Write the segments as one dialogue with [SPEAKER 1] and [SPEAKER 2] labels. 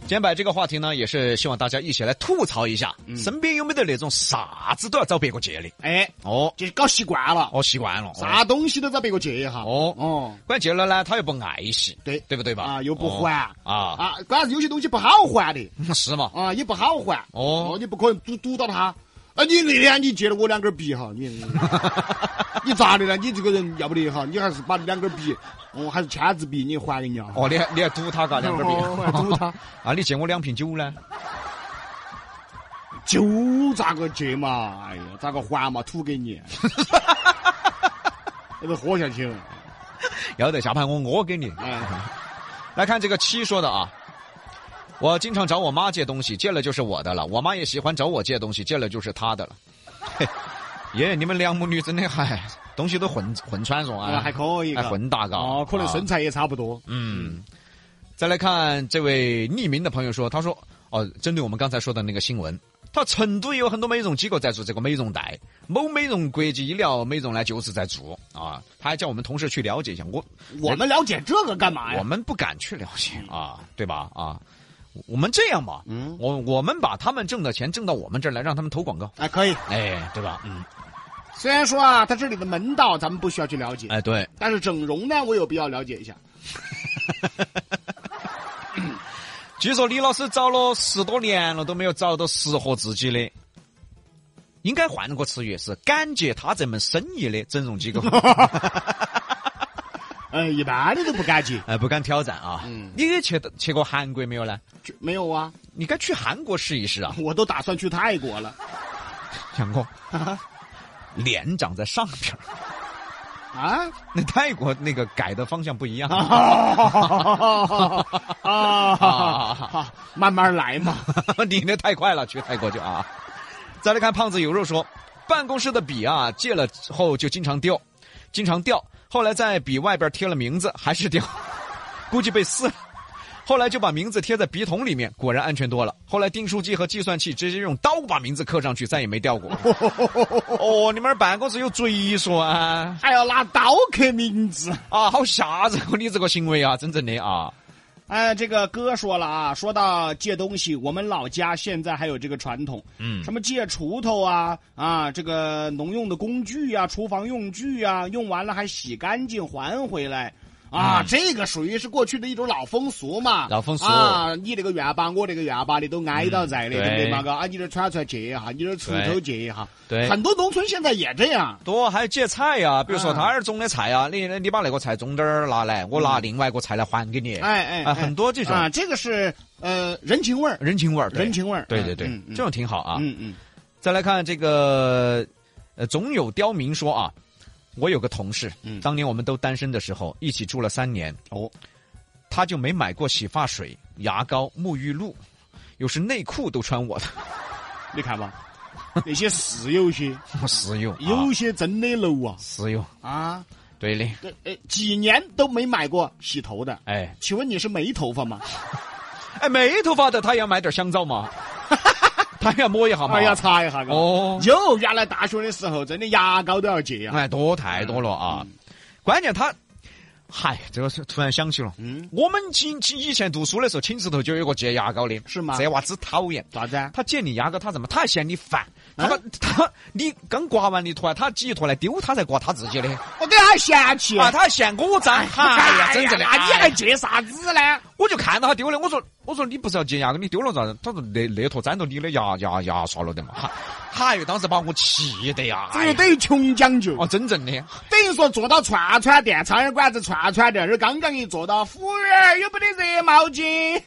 [SPEAKER 1] 今天把这个话题呢，也是希望大家一起来吐槽一下，
[SPEAKER 2] 嗯
[SPEAKER 1] 身边有没得那种啥子都要找别个借的？
[SPEAKER 2] 哎，
[SPEAKER 1] 哦，
[SPEAKER 2] 就是搞习惯了，
[SPEAKER 1] 我习惯了。
[SPEAKER 2] 啥东西都找别个借一下。
[SPEAKER 1] 哦
[SPEAKER 2] 哦，
[SPEAKER 1] 关键借了呢，他又不爱惜，
[SPEAKER 2] 对
[SPEAKER 1] 对不对吧？
[SPEAKER 2] 啊，又不
[SPEAKER 1] 哦
[SPEAKER 2] 还
[SPEAKER 1] 啊，
[SPEAKER 2] 啊，关键是有些东西不好还的
[SPEAKER 1] 是嘛？
[SPEAKER 2] 啊，也不好还。
[SPEAKER 1] 哦
[SPEAKER 2] 你不可能堵堵到他。啊，你那天你借了我两根笔哈，你 你咋的呢？你这个人要不得哈，你还是把两根笔，哦，还是签字笔，你还给人家。
[SPEAKER 1] 哦，你还你还堵他嘎， 两根
[SPEAKER 2] 哦还
[SPEAKER 1] 笔，
[SPEAKER 2] 堵他
[SPEAKER 1] 啊！你借我两瓶酒呢？
[SPEAKER 2] 酒咋个借嘛？哎呀，咋个还嘛？吐 给你，要不喝下去了。
[SPEAKER 1] 要得，下盘我我给你。
[SPEAKER 2] 哎，
[SPEAKER 1] 来看这个七说的啊，我经常找我妈借东西，借了就是我的了。我妈也喜欢找我借东西，借了就是她的了。 嘿爷爷，你们两母女真的还东西都混混穿嗦啊，
[SPEAKER 2] 啊还可以
[SPEAKER 1] 还
[SPEAKER 2] 嘎
[SPEAKER 1] 混搭嘎。
[SPEAKER 2] 哦，可能
[SPEAKER 1] 啊
[SPEAKER 2] 身材也差不多。
[SPEAKER 1] 嗯，再来看这位匿名的朋友说，他说哦，针对我们刚才说的那个新闻，他成都也有很多美容机构在做这个美容贷，某美容国际医疗美容呢就是在做啊，他还叫我们同事去了解一下，我
[SPEAKER 2] 我们了解这个干
[SPEAKER 1] 我
[SPEAKER 2] 嘛哎呀？
[SPEAKER 1] 们不敢去了解啊，对吧？啊，我们这样吧，
[SPEAKER 2] 嗯
[SPEAKER 1] 我我们把他们挣的钱挣到我们这儿来，让他们投广告，
[SPEAKER 2] 哎，可以。
[SPEAKER 1] 哎，对吧？嗯，
[SPEAKER 2] 虽然说啊，他这里的门道咱们不需要去了解，
[SPEAKER 1] 哎，对，
[SPEAKER 2] 但是整容呢，我有必要了解一下。
[SPEAKER 1] 据说李老师找了十多年了，都没有找到适合自己的。应该换个词语是感谢他这门生意的整容机构，
[SPEAKER 2] 呃，一般的都不敢接，
[SPEAKER 1] 哎，不敢挑战啊！
[SPEAKER 2] 嗯
[SPEAKER 1] 你也去去过韩国没有呢？
[SPEAKER 2] 就没有啊，
[SPEAKER 1] 你该去韩国试一试啊，
[SPEAKER 2] 我都打算去泰国了
[SPEAKER 1] 杨哥，脸长在上边儿，
[SPEAKER 2] 啊！
[SPEAKER 1] 那泰国那个改的方向不一样。啊
[SPEAKER 2] 啊，慢慢来嘛。
[SPEAKER 1] 你那太快了，去泰国就啊。再来看胖子有肉说，办公室的笔啊，借了之后就经常掉，经常掉，后来在笔外边贴了名字，还是掉， 估计被撕了。后来就把名字贴在笔筒里面，果然安全多了。后来订书机和计算器直接用刀把名字刻上去，再也没掉过。哦，你们那儿办公室有贼说啊
[SPEAKER 2] 还要拿刀刻名字。
[SPEAKER 1] 啊，好吓人！哦！你这个行为啊，真正的啊，
[SPEAKER 2] 哎，这个哥说了啊，说到借东西，我们老家现在还有这个传统，
[SPEAKER 1] 嗯
[SPEAKER 2] 什么借锄头啊啊，这个农用的工具啊，厨房用具啊，用完了还洗干净还回来。啊，这个属于是过去的一种老风俗嘛，
[SPEAKER 1] 嗯老风俗
[SPEAKER 2] 啊，你这个院坝，我这个院坝的都挨到在的，
[SPEAKER 1] 嗯
[SPEAKER 2] 对不
[SPEAKER 1] 对
[SPEAKER 2] 对嘛？嘎，啊，你这铲出来借一下，你这锄头借一下，
[SPEAKER 1] 对
[SPEAKER 2] 很多农村现在也这样，
[SPEAKER 1] 多还借菜呀、
[SPEAKER 2] 嗯
[SPEAKER 1] 比如说他那儿种的菜呀、啊你你把那个菜种点儿拿来，我拿另外一个菜来还给你。
[SPEAKER 2] 嗯哎哎，
[SPEAKER 1] 啊，
[SPEAKER 2] 哎
[SPEAKER 1] 很多这种、
[SPEAKER 2] 啊，这个是呃人情味儿，
[SPEAKER 1] 人情味儿，对
[SPEAKER 2] 人，情味儿，
[SPEAKER 1] 对对对，
[SPEAKER 2] 嗯嗯
[SPEAKER 1] 这种挺好啊。
[SPEAKER 2] 嗯嗯，
[SPEAKER 1] 再来看这个，呃，总有刁民说啊，我有个同事，
[SPEAKER 2] 嗯
[SPEAKER 1] 当年我们都单身的时候，一起住了三年，
[SPEAKER 2] 哦，
[SPEAKER 1] 他就没买过洗发水、牙膏、沐浴露，有时内裤都穿我的，
[SPEAKER 2] 你看吧，那些是有些，
[SPEAKER 1] 我实用，啊
[SPEAKER 2] 有些真的 low 啊
[SPEAKER 1] 实用，
[SPEAKER 2] 啊！
[SPEAKER 1] 对的，
[SPEAKER 2] 对，哎，几年都没买过洗头的，
[SPEAKER 1] 哎
[SPEAKER 2] 请问你是没头发吗？
[SPEAKER 1] 哎，没头发的他也要买点香皂嘛， 他也要摸一下嘛，
[SPEAKER 2] 哎呀，擦一下嘎。
[SPEAKER 1] 哦
[SPEAKER 2] 有，原来大学的时候真的牙膏都要啊借呀。
[SPEAKER 1] 哎，多太多了啊！
[SPEAKER 2] 嗯
[SPEAKER 1] 关键他，嗨，这个是突然想起了，
[SPEAKER 2] 嗯，
[SPEAKER 1] 我们以前以前读书的时候，寝室头就有一个借牙膏的，
[SPEAKER 2] 是吗
[SPEAKER 1] 这娃子讨厌，
[SPEAKER 2] 咋子啊？
[SPEAKER 1] 他借你牙膏，他怎么？他还嫌你烦，
[SPEAKER 2] 哎
[SPEAKER 1] 他把他你刚刮完你坨，他挤一坨来丢，他才刮他自己的啊，
[SPEAKER 2] 我对他嫌弃
[SPEAKER 1] 他还嫌我脏，啊哎呀，真正的，
[SPEAKER 2] 那你
[SPEAKER 1] 哎
[SPEAKER 2] 还
[SPEAKER 1] 呀
[SPEAKER 2] 借啥子呢？
[SPEAKER 1] 我就看到他丢了，我说我说你不是要借牙膏，你丢了咋子？他说那那坨沾到你的牙牙牙刷了的嘛，哈，嗨，当时把我气的呀，
[SPEAKER 2] 这
[SPEAKER 1] 哎呀
[SPEAKER 2] 就等于穷讲究，
[SPEAKER 1] 哦，真正的。
[SPEAKER 2] 等于说坐到串串店、苍蝇馆子串串店，这刚刚一坐到，服务员有没得热毛 巾？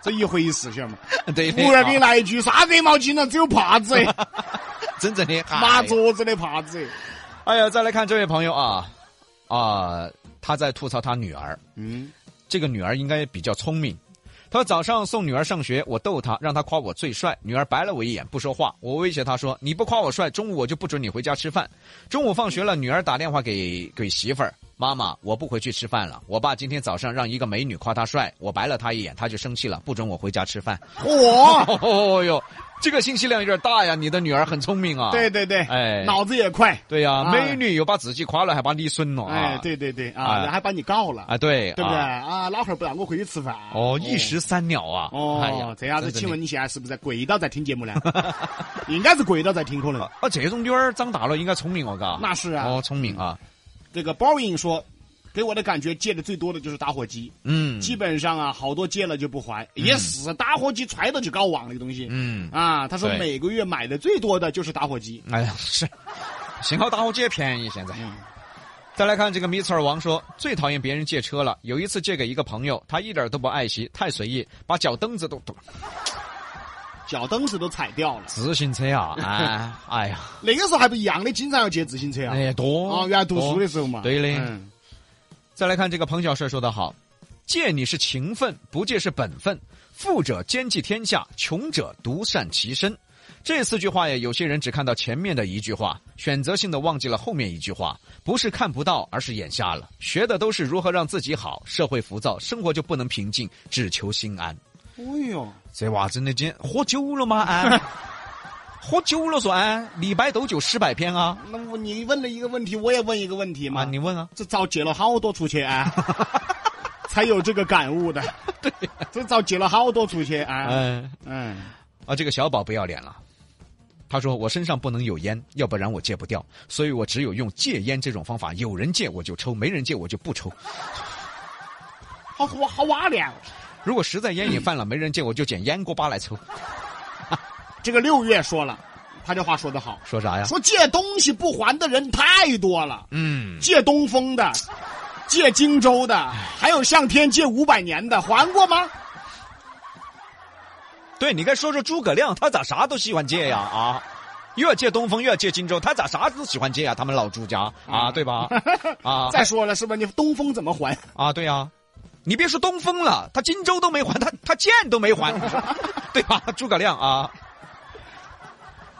[SPEAKER 2] 这一回事，晓得吗？
[SPEAKER 1] 对的，
[SPEAKER 2] 服务员给你
[SPEAKER 1] 啊
[SPEAKER 2] 来一句啥热毛巾了，只有帕
[SPEAKER 1] 哎
[SPEAKER 2] 子，
[SPEAKER 1] 真正的
[SPEAKER 2] 麻
[SPEAKER 1] 子。
[SPEAKER 2] 桌子的帕子。
[SPEAKER 1] 哎呀，再来看这位朋友啊啊，他在吐槽他女儿，
[SPEAKER 2] 嗯，
[SPEAKER 1] 这个女儿应该比较聪明。他说早上送女儿上学，我逗她，让她夸我最帅。女儿白了我一眼，不说话。我威胁她说：“你不夸我帅，中午我就不准你回家吃饭。”中午放学了，女儿打电话给给媳妇儿，妈妈，我不回去吃饭了。我爸今天早上让一个美女夸他帅，我白了他一眼，他就生气了，不准我回家吃饭。
[SPEAKER 2] 嚯，
[SPEAKER 1] 哦 哟，这个信息量有点大呀！你的女儿很聪明啊。
[SPEAKER 2] 对对对，
[SPEAKER 1] 哎
[SPEAKER 2] 脑子也快，
[SPEAKER 1] 对呀、
[SPEAKER 2] 啊
[SPEAKER 1] 美女又把自己夸了，还把你损了啊。
[SPEAKER 2] 哎，对对对啊，
[SPEAKER 1] 哎
[SPEAKER 2] 人还把你告了，
[SPEAKER 1] 啊，对，
[SPEAKER 2] 对不对
[SPEAKER 1] 啊
[SPEAKER 2] 啊？老汉儿不让我回去吃饭，
[SPEAKER 1] 哦，一石三鸟啊！哎呀
[SPEAKER 2] 哦，这样子，
[SPEAKER 1] 真的
[SPEAKER 2] 请问你现在是不是在跪倒在听 节目呢？应该是跪倒在听，可能。
[SPEAKER 1] 啊，这种女儿长大了应该聪明哦，嘎。
[SPEAKER 2] 那是啊，
[SPEAKER 1] 哦，聪明啊，
[SPEAKER 2] 这个 Boring 说，给我的感觉借的最多的就是打火机，
[SPEAKER 1] 嗯，
[SPEAKER 2] 基本上啊，好多借了就不还，也是打火机揣着就搞忘了这个东西。
[SPEAKER 1] 嗯，
[SPEAKER 2] 啊，他说
[SPEAKER 1] 对
[SPEAKER 2] 每个月买的最多的就是打火机。
[SPEAKER 1] 哎呀，是， 幸好打火机也便宜现在。
[SPEAKER 2] 嗯
[SPEAKER 1] 再来看这个米 r 王说，最讨厌别人借车了。有一次借给一个朋友，他一点都不爱惜，太随意，把脚蹬子都都
[SPEAKER 2] 脚蹬子都踩掉了，
[SPEAKER 1] 自行车啊，哎，哎呀，
[SPEAKER 2] 那个时候还不一样的，经常要借自行车啊
[SPEAKER 1] 哎。呀，多
[SPEAKER 2] 啊，原来读书的时候嘛。
[SPEAKER 1] 多对的
[SPEAKER 2] 嗯
[SPEAKER 1] 再来看这个彭小帅说得好：“借你是情分，不借是本分。富者兼济天下，穷者独善其身。”这四句话呀，有些人只看到前面的一句话，选择性的忘记了后面一句话。不是看不到，而是眼瞎了。学的都是如何让自己好，社会浮躁，生活就不能平静，只求心安。
[SPEAKER 2] 哎呦，
[SPEAKER 1] 这娃真的今天喝酒了 吗？哎安，喝酒了说安，李白斗酒诗百篇啊！
[SPEAKER 2] 那我你问了一个问题，我也问一个问题
[SPEAKER 1] 啊，
[SPEAKER 2] 嘛。
[SPEAKER 1] 你问啊，
[SPEAKER 2] 这早借了好多出 去啊，才有这个感悟的。对，这早借了好多出去啊。
[SPEAKER 1] 嗯、
[SPEAKER 2] 嗯，
[SPEAKER 1] 啊，这个小宝不要脸了，他说我身上不能有烟，要不然我戒不掉，所以我只有用戒烟这种方法，有人戒我就抽，没人戒我就不抽。
[SPEAKER 2] 好好好哇脸。
[SPEAKER 1] 如果实在烟瘾犯了，没人戒我就捡烟锅巴来抽。
[SPEAKER 2] 这个六月说了，他这话说得好，
[SPEAKER 1] 说啥呀？
[SPEAKER 2] 说借东西不还的人太多了，
[SPEAKER 1] 嗯，
[SPEAKER 2] 借东风的，借荆州的，
[SPEAKER 1] 哎
[SPEAKER 2] 还有向天借五百年的，还过吗？
[SPEAKER 1] 对你该说说诸葛亮，他咋啥都喜欢戒呀？啊，又要戒东风，又要戒荆州，他咋啥都喜欢戒呀？他们老朱家啊，对吧？ 啊
[SPEAKER 2] 再说了，是吧？你东风怎 么还？
[SPEAKER 1] 啊，对呀、你别说东风了，他荆州都没还，他他剑都没还， 对吧？诸葛亮啊。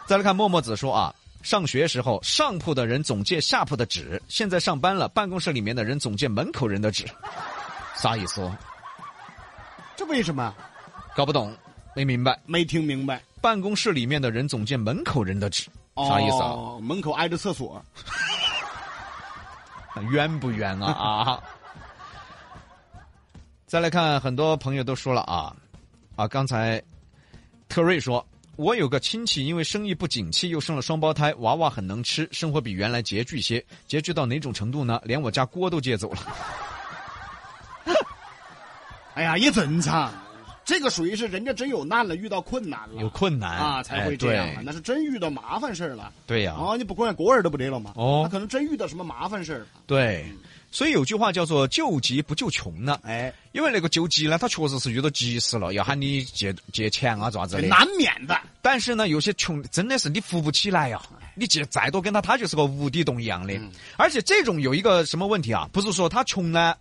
[SPEAKER 1] 再来看默默子说啊，上学时候上铺的人总借下铺的纸，现在上班了，办公室里面的人总借门口人的纸，啥意思？哦？
[SPEAKER 2] 这为什么？
[SPEAKER 1] 搞不懂，没明白。
[SPEAKER 2] 没听明白。
[SPEAKER 1] 办公室里面的人总借门口人的纸，啥意思啊？
[SPEAKER 2] 哦？门口挨着厕所，
[SPEAKER 1] 冤不冤啊？ 啊！再来看，很多朋友都说了啊，啊，刚才特瑞说，我有个亲戚因为生意不景气，又生了双胞胎，娃娃很能吃，生活比原来拮据些，拮据到哪种程度呢？连我家锅都借走了。
[SPEAKER 2] 哎呀，也正常。这个属于是人家真有难了，遇到困难了，
[SPEAKER 1] 有困难
[SPEAKER 2] 啊才会这样嘛。那是真遇到麻烦事儿了。
[SPEAKER 1] 哎对呀、
[SPEAKER 2] 哦，你不管国人都不得了嘛。
[SPEAKER 1] 哦
[SPEAKER 2] 他可能真遇到什么麻烦事儿了。
[SPEAKER 1] 对，所以有句话叫做“救急不救穷”呢，
[SPEAKER 2] 哎，
[SPEAKER 1] 因为那个救急呢，他确实是遇到急事了，要喊你借借钱啊，咋子
[SPEAKER 2] 这
[SPEAKER 1] 的。
[SPEAKER 2] 难免的。
[SPEAKER 1] 但是呢，有些穷真的是你扶不起来呀、
[SPEAKER 2] 哎
[SPEAKER 1] 你借再多给他，他就是个无底洞一样的。
[SPEAKER 2] 嗯
[SPEAKER 1] 而且这种有一个什么问题啊？不是说他穷呢，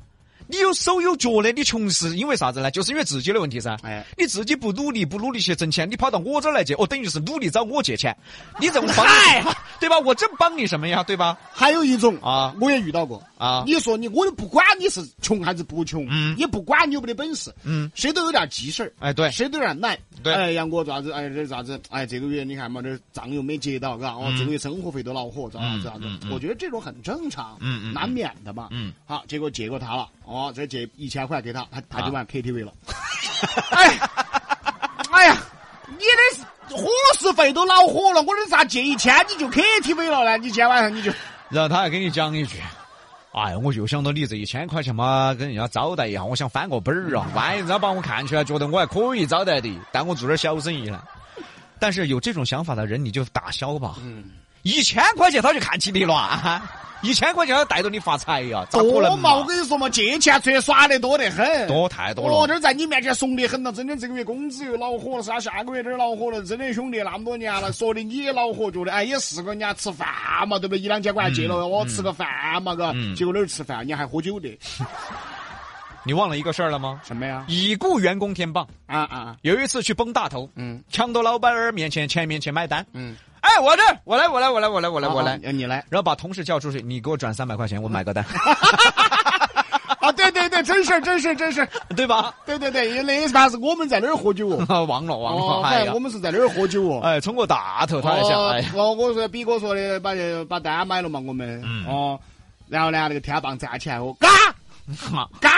[SPEAKER 1] 你有手有脚的，你穷是因为啥子呢？就是因为自己的问题噻。
[SPEAKER 2] 哎
[SPEAKER 1] 你自己不努力，不努力去挣钱，你跑到我这儿来借，哦，等于是努力找我借钱，你这种帮
[SPEAKER 2] 嗨
[SPEAKER 1] 你，对吧？我真帮你什么呀？对吧？
[SPEAKER 2] 还有一种
[SPEAKER 1] 啊
[SPEAKER 2] 我也遇到过
[SPEAKER 1] 啊
[SPEAKER 2] 你说你，我就不管你是穷还是不穷，
[SPEAKER 1] 嗯
[SPEAKER 2] 也不管你有没得本事，
[SPEAKER 1] 嗯，
[SPEAKER 2] 谁都有点急事儿，
[SPEAKER 1] 哎，对，
[SPEAKER 2] 谁都有点难。
[SPEAKER 1] 对
[SPEAKER 2] 哎，杨哥咋子？哎，这咋子？哎，这个月你看嘛，这账又没结到，嘎，哦，这个月生活费都恼火，咋
[SPEAKER 1] 嗯
[SPEAKER 2] 子咋子
[SPEAKER 1] 嗯？嗯
[SPEAKER 2] 我觉得这种很正常，
[SPEAKER 1] 嗯嗯嗯
[SPEAKER 2] 难免的嘛。
[SPEAKER 1] 嗯，
[SPEAKER 2] 好，结果借过他了，哦，再借一千块给他，他他
[SPEAKER 1] 啊
[SPEAKER 2] 就 玩 KTV 了。哎，哎呀，你这伙食费都恼火了，我这咋借一千你就 KTV 了呢？你今天晚上你就。
[SPEAKER 1] 然后他还跟你讲一句。哎，我就想到你这一千块钱嘛，跟人家招待一下，我想翻个本儿
[SPEAKER 2] 嗯
[SPEAKER 1] 啊。万一人家把我看起来觉得我还可以招待的，但我做点小生意呢。但是有这种想法的人，你就打消吧。
[SPEAKER 2] 嗯
[SPEAKER 1] 一千块钱他就看起你了，啊！一千块钱他带着你发财呀、咋可
[SPEAKER 2] 多
[SPEAKER 1] 能
[SPEAKER 2] 嘛！我
[SPEAKER 1] 嘛？
[SPEAKER 2] 跟你说嘛，借钱出去耍的多得很，
[SPEAKER 1] 多太多
[SPEAKER 2] 哦，
[SPEAKER 1] 了。
[SPEAKER 2] 这儿在你面前怂得很了，真的这个月工资又恼火了，是啊，下个月这儿恼火了，真的兄弟那么多年了，说的你也恼火，觉得哎也是个人家吃饭嘛，对不对？一两千块钱借了，我哦吃个饭嘛，嘎，
[SPEAKER 1] 嗯
[SPEAKER 2] 结果那儿吃饭你还喝酒的，
[SPEAKER 1] 你忘了一个事儿了吗？
[SPEAKER 2] 什么呀？
[SPEAKER 1] 已故员工天棒，
[SPEAKER 2] 啊啊，
[SPEAKER 1] 有一次去崩大头，
[SPEAKER 2] 嗯
[SPEAKER 1] 抢到老板儿面前前面去买单。
[SPEAKER 2] 嗯，
[SPEAKER 1] 哎，来，我这儿，我来，我来，我来，我来，我来，我来。
[SPEAKER 2] 啊你来
[SPEAKER 1] 然后把同事叫出去，你给我转三百块钱，我买个单，
[SPEAKER 2] 啊！对对对，真是真是真是，
[SPEAKER 1] 对 吧？
[SPEAKER 2] 对对对，那一把是我们在那儿喝酒哦，
[SPEAKER 1] 忘了，忘了，
[SPEAKER 2] 哦
[SPEAKER 1] 哎
[SPEAKER 2] 哎
[SPEAKER 1] 呀
[SPEAKER 2] 我，们哦是在那儿喝酒哦。
[SPEAKER 1] 哎，冲我大头，他一下，哎呀，
[SPEAKER 2] 我我说比哥说的，把把单买了嘛，我们、
[SPEAKER 1] 嗯
[SPEAKER 2] 哦，然后呢，那个天棒站起来，我哦嘎
[SPEAKER 1] 妈
[SPEAKER 2] 嘎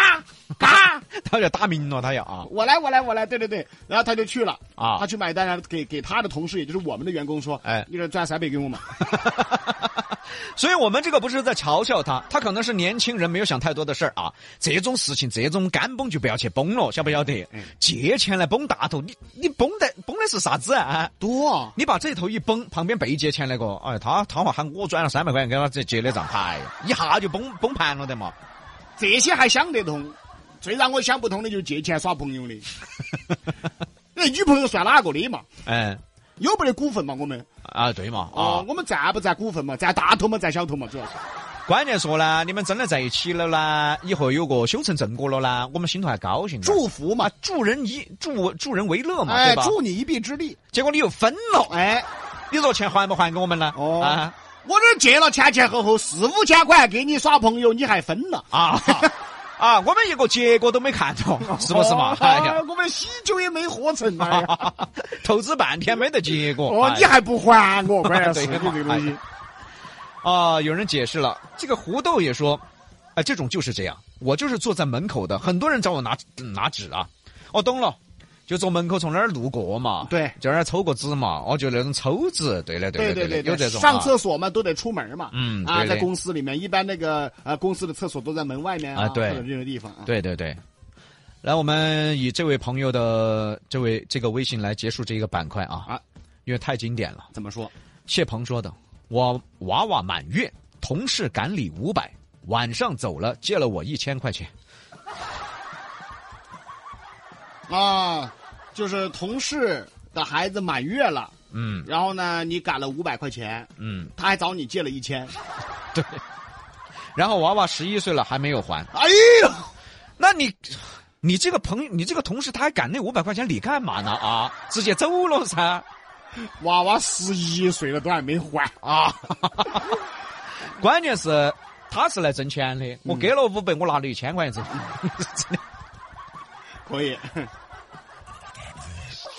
[SPEAKER 2] 嘎，
[SPEAKER 1] 他就打鸣了，他要啊，
[SPEAKER 2] 我来我来我来，对对对，然后他就去了
[SPEAKER 1] 啊
[SPEAKER 2] 他去买单，然后给给他的同事，也就是我们的员工说，
[SPEAKER 1] 哎
[SPEAKER 2] 你这赚三百给我嘛，
[SPEAKER 1] 所以我们这个不是在嘲笑他，他可能是年轻人没有想太多的事儿啊。这种事情，这种干崩就不要去崩了，晓不晓得
[SPEAKER 2] 嗯？
[SPEAKER 1] 借钱来崩大头，你你崩的崩的是啥子啊？
[SPEAKER 2] 多
[SPEAKER 1] 你把这头一崩，旁边被借钱那个，哎，他他还喊我转了三百块钱给他这结的账，哎呀，一下就崩崩盘了的嘛。
[SPEAKER 2] 这些还想得通，最让我想不通的就是借钱耍朋友的， 那女朋友算哪个的嘛？
[SPEAKER 1] 嗯，
[SPEAKER 2] 有没得股份嘛？我们
[SPEAKER 1] 啊，对嘛，
[SPEAKER 2] 哦
[SPEAKER 1] 啊，，嗯
[SPEAKER 2] 我们占不占股份嘛？占大头嘛？占小头嘛？主要是
[SPEAKER 1] 关键说呢，你们真的在一起了呢，以后有个修成正果了呢，我们心头还高兴呢。
[SPEAKER 2] 祝福嘛
[SPEAKER 1] 啊，，助人一助助人为乐嘛，
[SPEAKER 2] 哎
[SPEAKER 1] 对，吧？
[SPEAKER 2] 助你一臂之力，
[SPEAKER 1] 结果你又分了，
[SPEAKER 2] 哎。
[SPEAKER 1] 你说钱还不还给我们呢？
[SPEAKER 2] 哦
[SPEAKER 1] 啊
[SPEAKER 2] 我这儿借了前前后后四五千块给你耍朋友，你还分了，
[SPEAKER 1] 啊 啊！我们一个结果都没看到，是不是嘛？
[SPEAKER 2] 哦
[SPEAKER 1] 哎呀，
[SPEAKER 2] 我们喜酒也没喝成，哎呀
[SPEAKER 1] 投资半天没得结果。
[SPEAKER 2] 哦，
[SPEAKER 1] 哎
[SPEAKER 2] 你还不还我， 关键
[SPEAKER 1] 对哎
[SPEAKER 2] 是你这个东西，
[SPEAKER 1] 啊，有人解释了，这个胡豆也说，啊、这种就是这样，我就是坐在门口的，很多人找我拿拿纸啊，哦，懂了。就从门口从那儿路过嘛，
[SPEAKER 2] 对
[SPEAKER 1] 就在那儿抽个纸嘛，哦，就那种抽纸，对的，
[SPEAKER 2] 对
[SPEAKER 1] 的，对
[SPEAKER 2] 对
[SPEAKER 1] 的，有这种、啊、
[SPEAKER 2] 上厕所嘛都得出门嘛，
[SPEAKER 1] 嗯
[SPEAKER 2] 啊，
[SPEAKER 1] 对对
[SPEAKER 2] 在公司里面一般那个呃公司的厕所都在门外面
[SPEAKER 1] 啊对
[SPEAKER 2] 或者这种地方啊，
[SPEAKER 1] 对对对。来，我们以这位朋友的这位这个微信来结束这一个板块啊，
[SPEAKER 2] 啊
[SPEAKER 1] 因为太经典了。
[SPEAKER 2] 怎么说？
[SPEAKER 1] 谢鹏说的：“我娃娃满月，同事赶礼五百，晚上走了借了我一千块钱。
[SPEAKER 2] 啊，就是同事的孩子满月了，
[SPEAKER 1] 嗯
[SPEAKER 2] 然后呢你赶了五百块钱，”
[SPEAKER 1] 嗯，
[SPEAKER 2] 他还找你借了一千，
[SPEAKER 1] 对。然后娃娃十一岁了还没有还，
[SPEAKER 2] 哎呦，
[SPEAKER 1] 那你，你这个朋友，你这个同事他还赶那五百块钱，你干嘛呢啊？直接走了噻
[SPEAKER 2] 娃娃十一岁了都还没还。
[SPEAKER 1] 啊！ 关键是他是来挣钱的，我给了五百，我拿了一千块钱走。
[SPEAKER 2] 可以，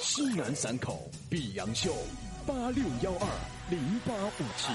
[SPEAKER 3] 西南散口碧阳秀八六幺二零八五七。